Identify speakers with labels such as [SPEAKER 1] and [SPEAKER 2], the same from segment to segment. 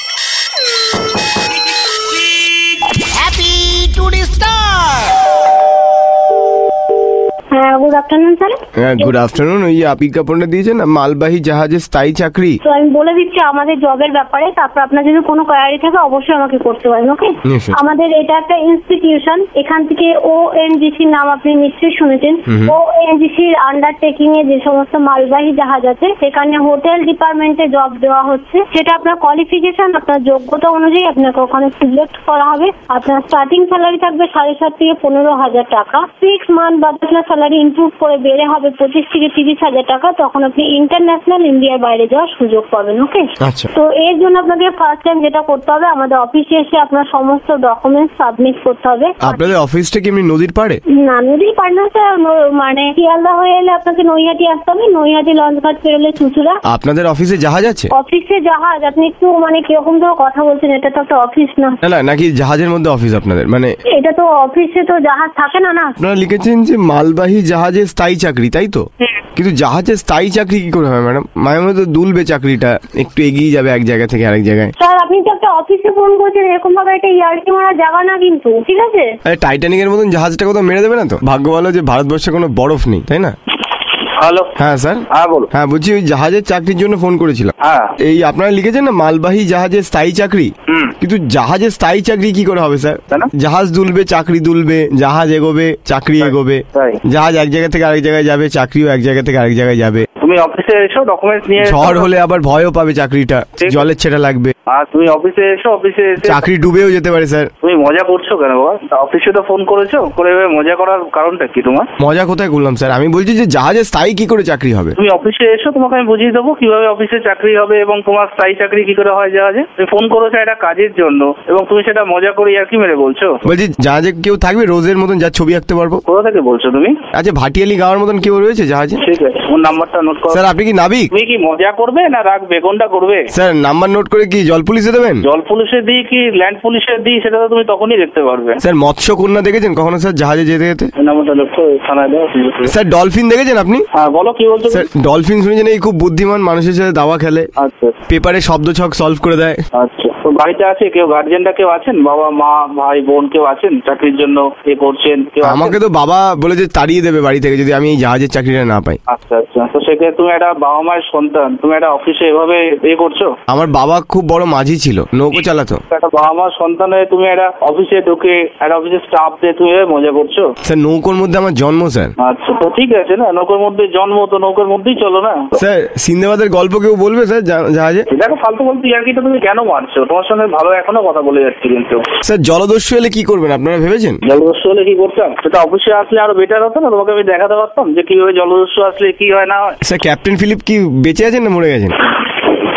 [SPEAKER 1] Happy to the star!
[SPEAKER 2] Good afternoon sir
[SPEAKER 3] হ্যাঁ good afternoon ওই আপিক কাপড়টা দিয়েছেন না মালবাহী জাহাজে স্থায়ী চাকরি
[SPEAKER 2] তো আমি বলে দিচ্ছি আমাদের জবের ব্যাপারে তারপর আপনার যদি কোনো কোয়ারি থাকে অবশ্যই আমাকে করতে পারেন ওকে
[SPEAKER 3] নিশ্চয়ই।
[SPEAKER 2] আমাদের এটা একটা ইনস্টিটিউশন এখান থেকে ও এনজিসির নাম আপনি নিশ্চয়ই শুনেছেন ও এনজিসির আন্ডারটেকিং এ যে সমস্ত মালবাহী জাহাজ আছে সেখানে হোটেল ডিপার্টমেন্টে জব দেওয়া হচ্ছে সেটা আপনার কোয়ালিফিকেশন আপনার যোগ্যতা অনুযায়ী আপনাকে ওখানে সিলেক্ট করা হবে আপনার স্টার্টিং স্যালারি থাকবে সাড়ে সাত থেকে পনেরো হাজার টাকা সিক্স মান্থ বাদ আপনার স্যালারি ইমপ্রুভ করে বেড়ে হবে পঁচিশ থেকে তিরিশ হাজার টাকা তখন আপনি ইন্টারন্যাশনাল ইন্ডিয়ার বাইরে যাওয়ার সুযোগ পাবেন ওকে
[SPEAKER 3] আচ্ছা।
[SPEAKER 2] তো এর জন্য আপনাকে ফার্স্ট টাইম যেটা করতে হবে আমাদের অফিসে এসে আপনার সমস্ত ডকুমেন্টস সাবমিট করতে হবে
[SPEAKER 3] আপনাদের অফিসটা কি এমনি নদীর পাড়ে
[SPEAKER 2] না নদী পাটনা স্যার ন- মানে শিয়ালদা হয়ে এলে আপনাকে নৈহাটি আসতে হবে নৈহাটি লঞ্চঘাট পেরোলে চুচুড়া
[SPEAKER 3] আপনাদের অফিসে জাহাজ আছে
[SPEAKER 2] অফিসে জাহাজ আপনি একটু মানে কিরকম ধরে কথা বলছেন এটা তো একটা অফিস না
[SPEAKER 3] না না নাকি জাহাজের মধ্যে অফিস আপনাদের মানে
[SPEAKER 2] এটা তো অফিসে তো জাহাজ থাকে না না
[SPEAKER 3] আপনারা লিখেছেন যে মালবাহী জাহাজে স্থায়ী চাকরি তাই তো কিন্তু জাহাজে স্থায়ী চাকরি কি করে হয় ম্যাডাম মায়ের মধ্যে তো দুলবে চাকরিটা একটু এগিয়ে যাবে এক জায়গা থেকে আরেক জায়গায়
[SPEAKER 2] স্যার আপনি তো একটা অফিসে ফোন করছেন এরকম ভাবে একটা E ইয়ার্কি মারা জায়গা না কিন্তু ঠিক আছে
[SPEAKER 3] আরে টাইটানিকের মতন জাহাজটা কোথাও মেরে দেবে না তো ভাগ্য ভালো যে ভারতবর্ষে কোনো বরফ নেই তাই না
[SPEAKER 4] হ্যালো
[SPEAKER 3] হ্যাঁ স্যার
[SPEAKER 4] হ্যাঁ বলো
[SPEAKER 3] হ্যাঁ বলছি ওই জাহাজের চাকরির জন্য ফোন করেছিলাম
[SPEAKER 4] হ্যাঁ
[SPEAKER 3] এই আপনারা লিখেছেন না মালবাহী জাহাজে স্থায়ী চাকরি
[SPEAKER 4] হুম।
[SPEAKER 3] কিন্তু জাহাজে স্থায়ী চাকরি কি করে হবে স্যার
[SPEAKER 4] তাই না?
[SPEAKER 3] জাহাজ দুলবে চাকরি দুলবে জাহাজ এগোবে চাকরি এগোবে
[SPEAKER 4] তাই।
[SPEAKER 3] জাহাজ এক জায়গা থেকে আরেক জায়গায় যাবে চাকরিও এক জায়গা থেকে আরেক জায়গায় যাবে
[SPEAKER 4] তুমি অফিসে এসো ডকুমেন্টস নিয়ে এসো।
[SPEAKER 3] ঝড় হলে আবার ভয়ও পাবে চাকরিটা
[SPEAKER 4] ঠিক আছে।
[SPEAKER 3] জলের ছেটা লাগবে
[SPEAKER 4] আর তুমি অফিসে এসো অফিসে এসে
[SPEAKER 3] চাকরি ডুবেও যেতে পারে স্যার
[SPEAKER 4] তুমি মজা করছো কেন বাবা তা অফিসে তো ফোন করেছো করে এভাবে মজা করার কারণটা কি তোমার
[SPEAKER 3] মজা কোথায় করলাম স্যার আমি বলছি যে জাহাজে স্থায়ী কি করে চাকরি হবে
[SPEAKER 4] তুমি অফিসে এসো তোমাকে আমি বুঝিয়ে দেবো কিভাবে অফিসে চাকরি হবে এবং তোমার স্থায়ী চাকরি কি করে হয় যাওয়া যায় তুমি ফোন করেছো একটা কাজের জন্য এবং তুমি সেটা মজা করে আর কি মেরে বলছো
[SPEAKER 3] বলছি জাহাজে কেউ থাকবে রোজের মতন যা ছবি আঁকতে পারবো
[SPEAKER 4] কোথা থেকে বলছো তুমি
[SPEAKER 3] আচ্ছা ভাটিয়ালি গাওয়ার মতন কেউ রয়েছে জাহাজে
[SPEAKER 4] ঠিক আছে ওর নাম্বারটা নোট করো
[SPEAKER 3] স্যার আপনি কি নাবিক
[SPEAKER 4] তুমি কি মজা করবে না রাখবে কোনটা করবে
[SPEAKER 3] স্যার নাম্বার নোট করে কি জল পুলিশে দেবেন
[SPEAKER 4] জল পুলিশে দিই কি ল্যান্ড পুলিশে দিই সেটা তো তুমি তখনই দেখতে পারবে
[SPEAKER 3] স্যার মৎস্য কন্যা দেখেছেন কখনো স্যার জাহাজে যেতে যেতে
[SPEAKER 4] ওই নাম্বারটা নোট করো থানায় দেওয়া
[SPEAKER 3] স্যার ডলফিন দেখেছেন আপনি
[SPEAKER 4] হ্যাঁ বলো কি বলছো
[SPEAKER 3] স্যার ডলফিন শুনেছেন এই খুব বুদ্ধিমান মানুষের সাথে দাওয়া খেলে
[SPEAKER 4] আচ্ছা
[SPEAKER 3] পেপারে শব্দ ছক সলভ করে দেয়
[SPEAKER 4] আচ্ছা তো বাড়িতে আছে কেউ গার্জেনরা কেউ আছেন বাবা মা ভাই বোন কেউ আছেন চাকরির জন্য এ করছেন কেউ আছেন?
[SPEAKER 3] আমাকে তো বাবা বলে যে তাড়িয়ে দেবে বাড়ি থেকে যদি আমি এই জাহাজের চাকরিটা না পাই
[SPEAKER 4] আচ্ছা আচ্ছা তো সেক্ষেত্রে তুমি একটা বাবা মায়ের সন্তান তুমি একটা অফিসে এভাবে এ করছো
[SPEAKER 3] আমার বাবা খুব বড় মাঝি ছিল নৌকো চালাতো
[SPEAKER 4] তো একটা বাবা মার সন্তান হয়ে তুমি একটা অফিসে ঢুকে একটা অফিসে স্টাফ দিয়ে তুমি এভাবে মজা করছো
[SPEAKER 3] স্যার নৌকোর মধ্যে আমার জন্ম স্যার
[SPEAKER 4] আচ্ছা তো ঠিক আছে না নৌকোর মধ্যে জন্ম তো নৌকোর মধ্যেই চলো না
[SPEAKER 3] স্যার সিন্দাবাদের গল্প কেউ বলবে স্যার জা- জাহাজে
[SPEAKER 4] দেখো ফালতু ফালতু ইয়ার্কিটা তুমি কেন মারছো তোমার সঙ্গে ভালো এখনো কথা বলে যাচ্ছি কিন্তু
[SPEAKER 3] স্যার জলদস্যু এলে কি করবেন আপনারা ভেবেছেন
[SPEAKER 4] জলদস্যু হলে কি করতাম সেটা অফিসে আসলে আরো বেটার হতো না তোমাকে আমি দেখাতে পারতাম যে কিভাবে জলদস্যু আসলে কি হয় না হয়
[SPEAKER 3] স্যার ক্যাপ্টেন ফিলিপ কি বেঁচে আছেন না মরে গেছেন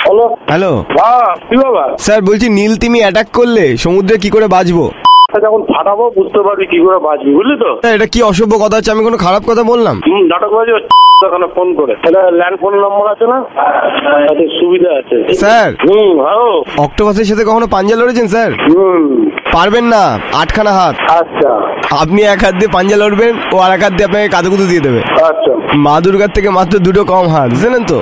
[SPEAKER 4] হলো
[SPEAKER 3] হ্যালো
[SPEAKER 4] হ্যাঁ কি বাবা
[SPEAKER 3] স্যার বলছি নীল তিমি অ্যাটাক করলে সমুদ্রে কি করে বাঁচবো
[SPEAKER 4] তা যখন ফাটাবো বুঝতে পারবি কি করে বাঁচবি বুঝলি তো
[SPEAKER 3] স্যার এটা কি অসভ্য কথা হচ্ছে আমি কোনো খারাপ কথা বললাম
[SPEAKER 4] হুম, নাটক বাজি ওখানে ফোন করে এটা ল্যান্ড ফোন নম্বর আছে না তাতে সুবিধা আছে
[SPEAKER 3] স্যার
[SPEAKER 4] হুম হ্যালো
[SPEAKER 3] অক্টোপাসের সাথে কখনো পাঞ্জা লড়েছেন স্যার
[SPEAKER 4] হুম
[SPEAKER 3] পারবেন না আটখানা হাত
[SPEAKER 4] আচ্ছা
[SPEAKER 3] আপনি এক হাত দিয়ে পাঞ্জা লড়বেন ও আর এক হাত দিয়ে আপনাকে কাদুকুদু দিয়ে দেবে
[SPEAKER 4] আচ্ছা
[SPEAKER 3] মা দুর্গার থেকে মাত্র দুটো কম হাত জানেন তো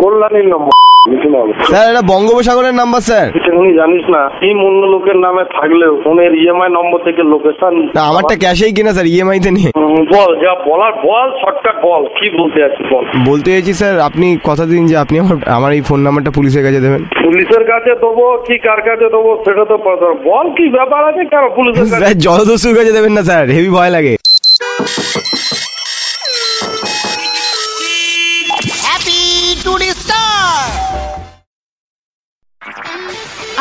[SPEAKER 4] কল্যাণীর নম্বর কিছু না
[SPEAKER 3] স্যার এটা বঙ্গোপসাগরের নাম্বার স্যার
[SPEAKER 4] এটা উনি জানিস না এই অন্য লোকের নামে থাকলেও ফোনের ইএমআই নম্বর থেকে লোকেশন
[SPEAKER 3] না আমারটা ক্যাশেই কিনা স্যার ইএমআই তে নিয়ে
[SPEAKER 4] হুম, বল যা বলার বল শর্টকাট বল কি বলতে আছিস বল
[SPEAKER 3] বলতে চাইছি স্যার আপনি কথা দিন যে আপনি আমার আমার এই ফোন নাম্বারটা পুলিশের কাছে দেবেন
[SPEAKER 4] পুলিশের কাছে দেবো কি কার কাছে দেবো সেটা তো পরে ধর। বল কি ব্যাপার আছে কেন পুলিশের কাছে
[SPEAKER 3] স্যার জলদস্যুর কাছে দেবেন না স্যার হেভি ভয় লাগে
[SPEAKER 1] Happy to the star!